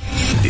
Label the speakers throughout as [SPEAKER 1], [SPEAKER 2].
[SPEAKER 1] The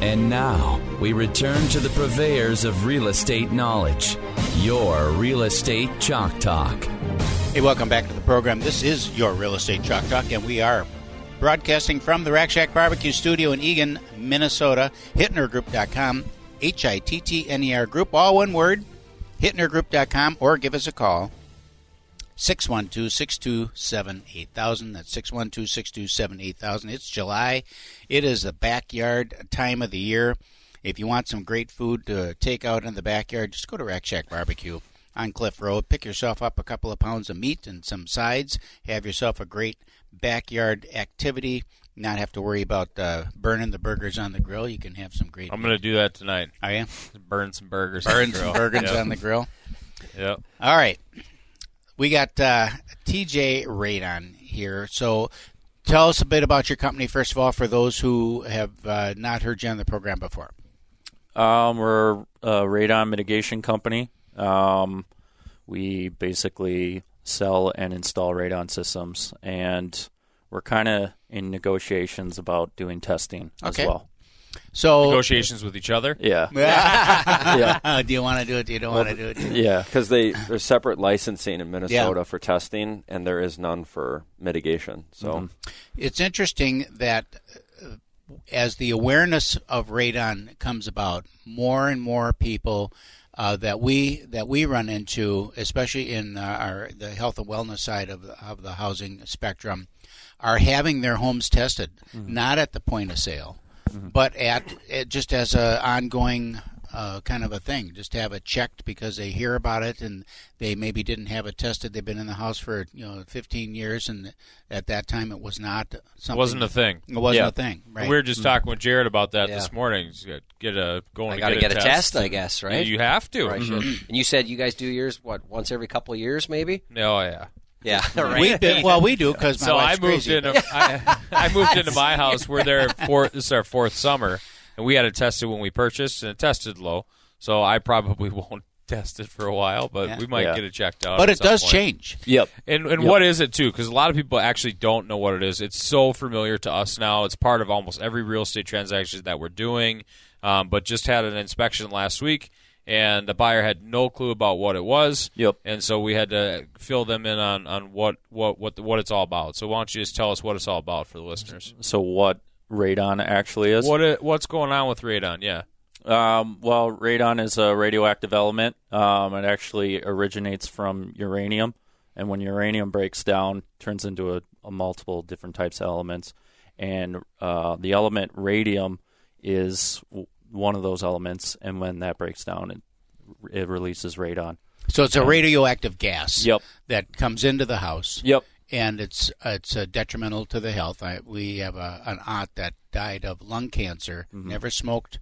[SPEAKER 2] And now we return to the purveyors of real estate knowledge, your real estate chalk talk.
[SPEAKER 3] Hey, welcome back to the program. This is your Real Estate Chalk Talk, and we are broadcasting from the Rack Shack Barbecue Studio in Eagan, Minnesota. HittnerGroup.com, H I T T N E R Group, all one word, HittnerGroup.com, or give us a call. 612 627 8000. That's 612 627 8000. It's July. It is the backyard time of the year. If you want some great food to take out in the backyard, just go to Rack Shack Barbecue on Cliff Road. Pick yourself up a couple of pounds of meat and some sides. Have yourself a great backyard activity. Not have to worry about uh, burning the burgers on the grill. You can have some great.
[SPEAKER 4] I'm gonna do that tonight.
[SPEAKER 3] Are you?
[SPEAKER 4] Burn some burgers.
[SPEAKER 3] Burn some burgers on the grill.
[SPEAKER 4] Yep.
[SPEAKER 3] All right. We got uh, TJ Radon here. So tell us a bit about your company, first of all, for those who have uh, not heard you on the program before.
[SPEAKER 5] Um, we're a radon mitigation company. Um, we basically sell and install radon systems, and we're kind of in negotiations about doing testing
[SPEAKER 3] Okay.
[SPEAKER 5] as well.
[SPEAKER 3] So,
[SPEAKER 4] Negotiations with each other.
[SPEAKER 5] Yeah,
[SPEAKER 3] do you want to do it? Do you don't want to do it?
[SPEAKER 5] yeah,
[SPEAKER 6] Because they there's separate licensing in Minnesota for testing, and there is none for mitigation. So
[SPEAKER 5] Mm-hmm.
[SPEAKER 3] It's interesting that uh, as the awareness of radon comes about, more and more people uh, that we that we run into, especially in uh, our the health and wellness side of the, of the housing spectrum, are having their homes tested, not at the point of sale, but at it just as a ongoing. Uh, kind of a thing. Just have it checked because they hear about it and they maybe didn't have it tested. They've been in the house for you know 15 years, and at that time it was not something.
[SPEAKER 4] Wasn't a thing.
[SPEAKER 3] It wasn't
[SPEAKER 5] Yeah.
[SPEAKER 3] a thing. Right. Mm.
[SPEAKER 4] We were just talking with Jared about that
[SPEAKER 7] Yeah.
[SPEAKER 4] this morning. He's got- Get a going.
[SPEAKER 7] I
[SPEAKER 4] to
[SPEAKER 7] got to
[SPEAKER 4] get,
[SPEAKER 7] get a test,
[SPEAKER 4] test.
[SPEAKER 7] I guess, right?
[SPEAKER 4] You have to. Mm-hmm.
[SPEAKER 7] Or I should. And you said you guys do yours what once every couple of years, maybe?
[SPEAKER 4] No, Oh, yeah.
[SPEAKER 7] Yeah, right.
[SPEAKER 3] We've been- well, we do because my
[SPEAKER 4] so I
[SPEAKER 3] wife's
[SPEAKER 4] moved
[SPEAKER 3] crazy.
[SPEAKER 4] into I, I moved into my house. We're there for this is our fourth summer, and we had it tested when we purchased, and it tested low. So I probably won't test it for a while, but
[SPEAKER 3] Yeah.
[SPEAKER 4] we might
[SPEAKER 5] Yeah.
[SPEAKER 4] get it checked out.
[SPEAKER 3] but
[SPEAKER 4] at
[SPEAKER 3] it
[SPEAKER 4] some
[SPEAKER 3] does
[SPEAKER 4] point.
[SPEAKER 3] change.
[SPEAKER 5] yep.
[SPEAKER 4] And and what is it too? Because a lot of people actually don't know what it is. It's so familiar to us now. It's part of almost every real estate transaction that we're doing. Um, but just had an inspection last week, and the buyer had no clue about what it was.
[SPEAKER 5] Yep.
[SPEAKER 4] And so we had to fill them in on, on what what what what it's all about. So why don't you just tell us what it's all about for the listeners?
[SPEAKER 5] So what radon actually is?
[SPEAKER 4] What it, what's going on with radon? Yeah.
[SPEAKER 5] Um, well, radon is a radioactive element. Um, it actually originates from uranium, and when uranium breaks down, turns into a, a multiple different types of elements. And uh, the element radium is w- one of those elements, and when that breaks down, it it releases radon.
[SPEAKER 3] So it's a radioactive gas
[SPEAKER 5] Yep.
[SPEAKER 3] that comes into the house,
[SPEAKER 5] Yep.
[SPEAKER 3] and it's it's uh, detrimental to the health. I, we have a, an aunt that died of lung cancer, never smoked,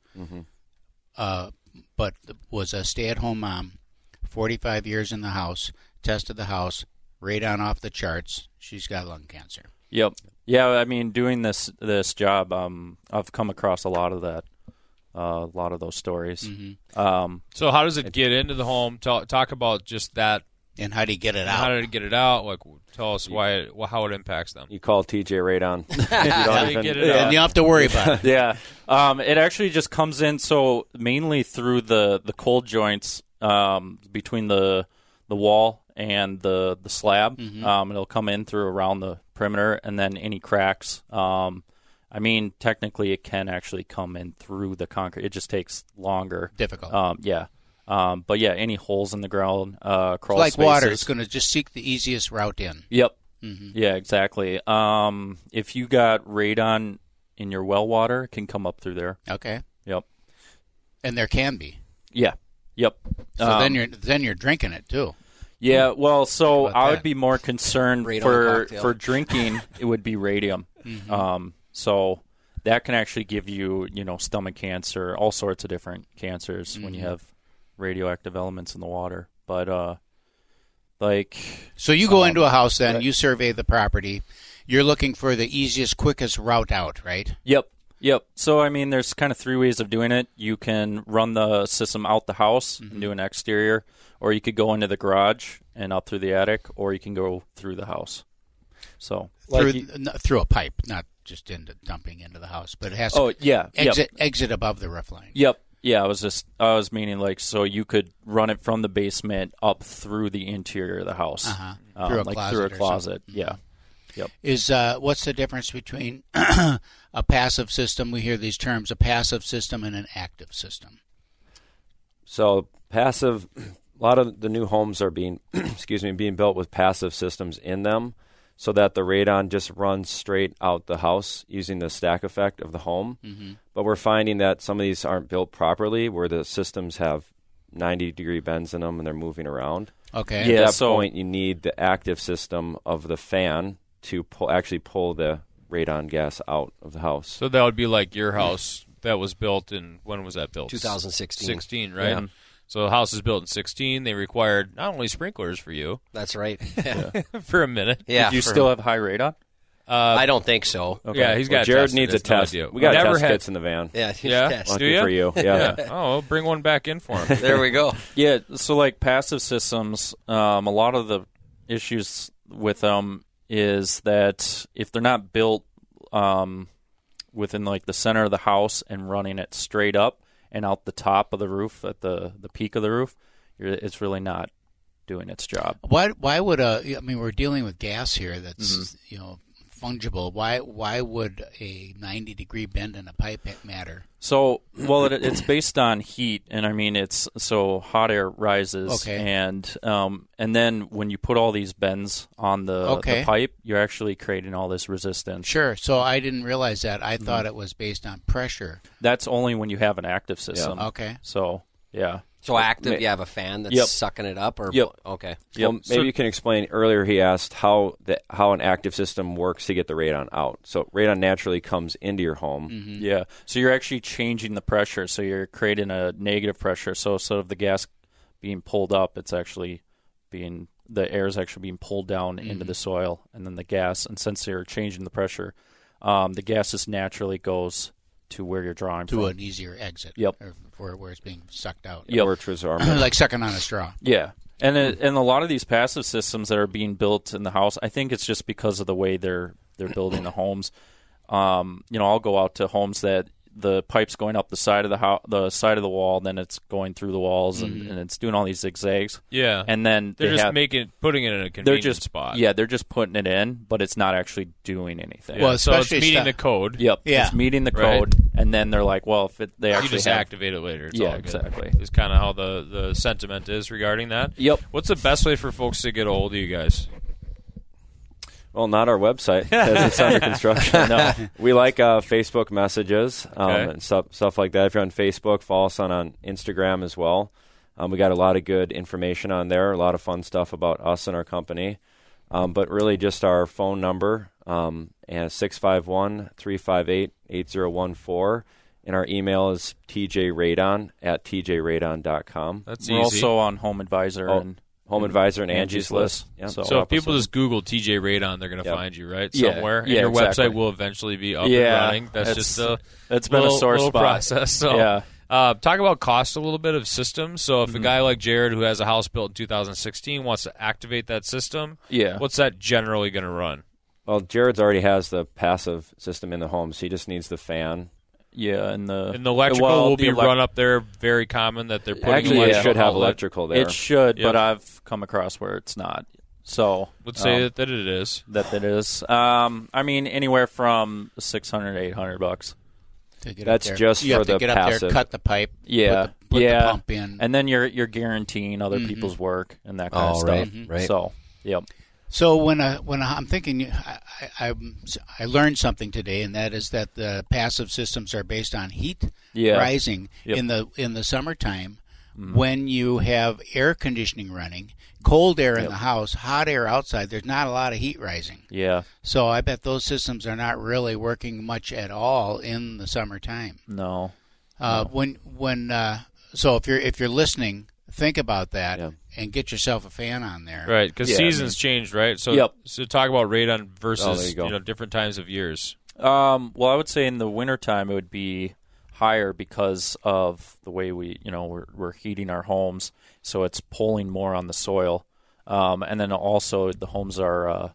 [SPEAKER 3] uh, but was a stay-at-home mom, 45 years in the house, tested the house, radon off the charts. She's got lung cancer.
[SPEAKER 5] Yep. Yeah, I mean, doing this this job, um, I've come across a lot of that, uh, a lot of those stories. Um,
[SPEAKER 4] So how does it get into the home? Talk, talk about just that.
[SPEAKER 3] And how do you get it
[SPEAKER 4] How
[SPEAKER 3] out?
[SPEAKER 4] did it get it out? Like, tell us why it, how it impacts them.
[SPEAKER 6] you call TJ Radon. you
[SPEAKER 4] How
[SPEAKER 6] don't
[SPEAKER 4] do you
[SPEAKER 6] even-
[SPEAKER 4] get it out?
[SPEAKER 3] And you don't have to worry about it.
[SPEAKER 5] yeah. Um, it actually just comes in so mainly through the the cold joints um, between the the wall and the the slab.
[SPEAKER 3] Mm-hmm.
[SPEAKER 5] Um, it'll come in through around the perimeter, and then any cracks. Um, I mean, technically, it can actually come in through the concrete. It just takes longer.
[SPEAKER 3] Difficult.
[SPEAKER 5] Um, yeah. Um, but yeah, any holes in the ground, uh, crawl
[SPEAKER 3] like water. Mm-hmm.
[SPEAKER 5] spaces.
[SPEAKER 3] It's going to just seek the easiest route in.
[SPEAKER 5] Yep. Yeah, exactly. Um, if you got radon in your well water, it can come up through there.
[SPEAKER 3] Okay,
[SPEAKER 5] Yep.
[SPEAKER 3] and there can be.
[SPEAKER 5] Yeah. Yep.
[SPEAKER 3] So
[SPEAKER 5] Um,
[SPEAKER 3] then you're then you're drinking it too.
[SPEAKER 5] yeah. Well, so
[SPEAKER 3] about
[SPEAKER 5] I
[SPEAKER 3] that?
[SPEAKER 5] would be more concerned
[SPEAKER 7] Radon
[SPEAKER 5] for
[SPEAKER 7] cocktail.
[SPEAKER 5] for drinking. it would be radium. Um, so that can actually give you, you know, stomach cancer, all sorts of different cancers when you have radioactive elements in the water. But uh, like,
[SPEAKER 3] So you go
[SPEAKER 5] Um,
[SPEAKER 3] into a house then,
[SPEAKER 5] right.
[SPEAKER 3] you survey the property, you're looking for the easiest, quickest route out, right?
[SPEAKER 5] yep, yep. So I mean, there's kind of three ways of doing it. You can run the system out the house and
[SPEAKER 3] Mm-hmm.
[SPEAKER 5] do an exterior, or you could go into the garage and up through the attic, or you can go through the house. So
[SPEAKER 3] through
[SPEAKER 6] you-
[SPEAKER 3] n- through a pipe, not just into dumping into the house, but it has to
[SPEAKER 5] Oh, yeah, yep.
[SPEAKER 3] exit exit above the roof line.
[SPEAKER 5] Yep. Yeah, I was just I was meaning like so you could run it from the basement up through the interior of the house,
[SPEAKER 3] Uh-huh.
[SPEAKER 5] Um,
[SPEAKER 3] Through a
[SPEAKER 5] like
[SPEAKER 3] closet
[SPEAKER 5] through
[SPEAKER 3] or
[SPEAKER 5] a
[SPEAKER 3] something.
[SPEAKER 5] closet. Yeah.
[SPEAKER 3] Is uh, what's the difference between a passive system? We hear these terms: a passive system and an active system.
[SPEAKER 6] So passive, a lot of the new homes are being, excuse me, being built with passive systems in them, so that the radon just runs straight out the house using the stack effect of the home. But we're finding that some of these aren't built properly, where the systems have 90 degree bends in them and they're moving around.
[SPEAKER 3] Okay.
[SPEAKER 5] Yeah.
[SPEAKER 6] At that
[SPEAKER 5] so-
[SPEAKER 6] point, you need the active system of the fan to pull, actually pull the radon gas out of the house.
[SPEAKER 4] So that would be like your house that was built in when was that built?
[SPEAKER 7] 2016.
[SPEAKER 4] 16, right? So the house is built in 16. They required not only sprinklers for you
[SPEAKER 7] That's right. Yeah.
[SPEAKER 4] for a minute.
[SPEAKER 7] Yeah,
[SPEAKER 5] Do you
[SPEAKER 7] for-
[SPEAKER 5] still have high radon?
[SPEAKER 7] I don't think so.
[SPEAKER 4] Yeah, he's
[SPEAKER 6] Well,
[SPEAKER 4] got.
[SPEAKER 6] Jared
[SPEAKER 4] tested.
[SPEAKER 6] needs a
[SPEAKER 4] It's no
[SPEAKER 6] test.
[SPEAKER 4] idea.
[SPEAKER 6] We got
[SPEAKER 4] Never
[SPEAKER 6] test
[SPEAKER 4] had-
[SPEAKER 6] kits in the van.
[SPEAKER 7] Yeah.
[SPEAKER 4] Yeah.
[SPEAKER 7] yes.
[SPEAKER 6] Lucky
[SPEAKER 4] Do ya?
[SPEAKER 6] for you.
[SPEAKER 4] Yeah.
[SPEAKER 6] Yeah.
[SPEAKER 4] Oh, bring one back in for him.
[SPEAKER 7] There we go.
[SPEAKER 5] Yeah, so like passive systems, um, a lot of the issues with them is that if they're not built um, within like the center of the house and running it straight up and out the top of the roof at the the peak of the roof, you're, it's really not doing its job.
[SPEAKER 3] Why? Why would a? I mean, we're dealing with gas here. That's you know fungible. Why? Why would a ninety degree bend in a pipe matter?
[SPEAKER 5] So, well, it, it's based on heat, and I mean, it's so hot air rises,
[SPEAKER 3] Okay.
[SPEAKER 5] and um, and then when you put all these bends on the,
[SPEAKER 3] Okay.
[SPEAKER 5] the pipe, you're actually creating all this resistance.
[SPEAKER 3] Sure. So I didn't realize that. I thought it was based on pressure.
[SPEAKER 5] That's only when you have an active system.
[SPEAKER 3] Okay.
[SPEAKER 5] So, yeah,
[SPEAKER 7] So active, you have a fan that's
[SPEAKER 5] Yep.
[SPEAKER 7] sucking it up, or
[SPEAKER 5] Yep.
[SPEAKER 7] okay,
[SPEAKER 6] Well, maybe you can explain. Earlier, he asked how the, how an active system works to get the radon out. So radon naturally comes into your home.
[SPEAKER 3] Mm-hmm.
[SPEAKER 5] yeah. So you're actually changing the pressure. So you're creating a negative pressure. So sort of the gas being pulled up, it's actually being the air is actually being pulled down
[SPEAKER 3] Mm-hmm.
[SPEAKER 5] into the soil, and then the gas. And since you're changing the pressure, um, the gas just naturally goes to where you're drawing
[SPEAKER 3] to
[SPEAKER 5] from.
[SPEAKER 3] an easier exit.
[SPEAKER 5] Yep.
[SPEAKER 3] Or where, where it's being sucked out.
[SPEAKER 5] Yep.
[SPEAKER 6] Which was our
[SPEAKER 3] like sucking on a straw.
[SPEAKER 5] Yeah. And it, and a lot of these passive systems that are being built in the house, I think it's just because of the way they're they're building the homes. Um, you know, I'll go out to homes that the pipe's going up the side of the house, the side of the wall, then it's going through the walls, and, and it's doing all these zigzags.
[SPEAKER 4] Mm-hmm. Yeah.
[SPEAKER 5] and then
[SPEAKER 4] They're
[SPEAKER 5] they
[SPEAKER 4] just
[SPEAKER 5] have-
[SPEAKER 4] making putting it in a convenient
[SPEAKER 5] they're just
[SPEAKER 4] spot.
[SPEAKER 5] Yeah, they're just putting it in, but it's not actually doing anything.
[SPEAKER 3] Well,
[SPEAKER 4] so it's
[SPEAKER 3] especially
[SPEAKER 4] meeting
[SPEAKER 3] stuff-
[SPEAKER 4] the code.
[SPEAKER 5] Yep,
[SPEAKER 3] Yeah.
[SPEAKER 5] it's meeting the
[SPEAKER 4] Right.
[SPEAKER 5] code, and then they're like, well, if it, they
[SPEAKER 4] you
[SPEAKER 5] actually
[SPEAKER 4] just
[SPEAKER 5] have,
[SPEAKER 4] activate it later. It's
[SPEAKER 5] Yeah,
[SPEAKER 4] all good.
[SPEAKER 5] exactly.
[SPEAKER 4] Is kind of how the the sentiment is regarding that.
[SPEAKER 5] Yep.
[SPEAKER 4] What's the best way for folks to get a hold of you guys?
[SPEAKER 6] well, not our website 'cause it's under construction. no, we like uh, Facebook messages um,
[SPEAKER 4] Okay.
[SPEAKER 6] and stuff stuff like that. If you're on Facebook, follow us on on Instagram as well. Um, we got a lot of good information on there. A lot of fun stuff about us and our company. Um, but really, just our phone number um, and 651 358 8014. And our email is tjradon at tjradon.com.
[SPEAKER 4] That's
[SPEAKER 5] We're
[SPEAKER 4] easy.
[SPEAKER 5] also on Home Advisor
[SPEAKER 6] Oh,
[SPEAKER 5] and
[SPEAKER 6] Home Advisor and Angie's List. Yeah,
[SPEAKER 5] So-
[SPEAKER 4] so
[SPEAKER 6] we're
[SPEAKER 4] if
[SPEAKER 6] up with
[SPEAKER 4] people
[SPEAKER 6] some-
[SPEAKER 4] just Google TJ Radon, they're going to
[SPEAKER 6] Yep.
[SPEAKER 4] find you right
[SPEAKER 5] Yeah.
[SPEAKER 4] somewhere. And
[SPEAKER 5] Yeah,
[SPEAKER 4] your
[SPEAKER 5] exactly.
[SPEAKER 4] website will eventually be up
[SPEAKER 5] Yeah.
[SPEAKER 4] and running. That's,
[SPEAKER 5] That's-
[SPEAKER 4] just a
[SPEAKER 5] that's been a
[SPEAKER 4] little-
[SPEAKER 5] sore
[SPEAKER 4] little
[SPEAKER 5] spot.
[SPEAKER 4] process. So,
[SPEAKER 5] Yeah. Mm-hmm.
[SPEAKER 4] uh, talk about cost a little bit of systems. So if a guy like Jared who has a house built in 2016 wants to activate that system,
[SPEAKER 5] Yeah.
[SPEAKER 4] what's that generally going to run?
[SPEAKER 6] Well, Jared's already has the passive system in the home, so he just needs the fan.
[SPEAKER 5] yeah, and the
[SPEAKER 4] And the electrical
[SPEAKER 5] well,
[SPEAKER 4] will
[SPEAKER 5] the
[SPEAKER 4] be
[SPEAKER 5] elec-
[SPEAKER 4] run up there. Very common that they're putting.
[SPEAKER 6] Actually, it
[SPEAKER 5] yeah.
[SPEAKER 6] should have
[SPEAKER 4] outlet.
[SPEAKER 6] electrical there.
[SPEAKER 5] It should,
[SPEAKER 4] Yep.
[SPEAKER 5] but I've come across where it's not. So
[SPEAKER 4] Let's say
[SPEAKER 5] um,
[SPEAKER 4] that, that it is.
[SPEAKER 5] that that is. Um, I mean, anywhere from 600 to 800 bucks.
[SPEAKER 3] To get
[SPEAKER 6] That's
[SPEAKER 3] up there.
[SPEAKER 6] just
[SPEAKER 3] you have
[SPEAKER 6] for
[SPEAKER 3] to
[SPEAKER 6] the
[SPEAKER 3] get up there,
[SPEAKER 6] passive.
[SPEAKER 3] cut the pipe. Put
[SPEAKER 5] Yeah,
[SPEAKER 3] the, put
[SPEAKER 5] yeah.
[SPEAKER 3] the pump in. Mm-hmm.
[SPEAKER 5] And then you're you're guaranteeing other people's work and that kind
[SPEAKER 7] Oh,
[SPEAKER 5] of stuff.
[SPEAKER 7] right, right.
[SPEAKER 5] So, yep.
[SPEAKER 3] so when a, when a, I'm thinking, I, I, I'm- I learned something today, and that is that the passive systems are based on heat
[SPEAKER 5] Yeah.
[SPEAKER 3] rising
[SPEAKER 5] Yep. Mm-hmm.
[SPEAKER 3] in the in the summertime. when you have air conditioning running, cold air in the house, hot air outside, there's not a lot of heat rising.
[SPEAKER 5] Yeah,
[SPEAKER 3] So I bet those systems are not really working much at all in the summertime.
[SPEAKER 5] no.
[SPEAKER 3] Uh, When when uh, so if you're if you're listening, think about that
[SPEAKER 5] Yeah.
[SPEAKER 3] and get yourself a fan on there.
[SPEAKER 4] Right, because
[SPEAKER 5] Yeah, I
[SPEAKER 4] seasons change, right? So,
[SPEAKER 5] Yep.
[SPEAKER 4] so talk about radon
[SPEAKER 6] Oh,
[SPEAKER 4] versus
[SPEAKER 6] there you
[SPEAKER 4] you,
[SPEAKER 6] go.
[SPEAKER 4] know different times of years.
[SPEAKER 5] Um, well, I would say in the wintertime it would be higher because of the way we, you know, we're, we're heating our homes, so it's pulling more on the soil. Um, and then also the homes are uh,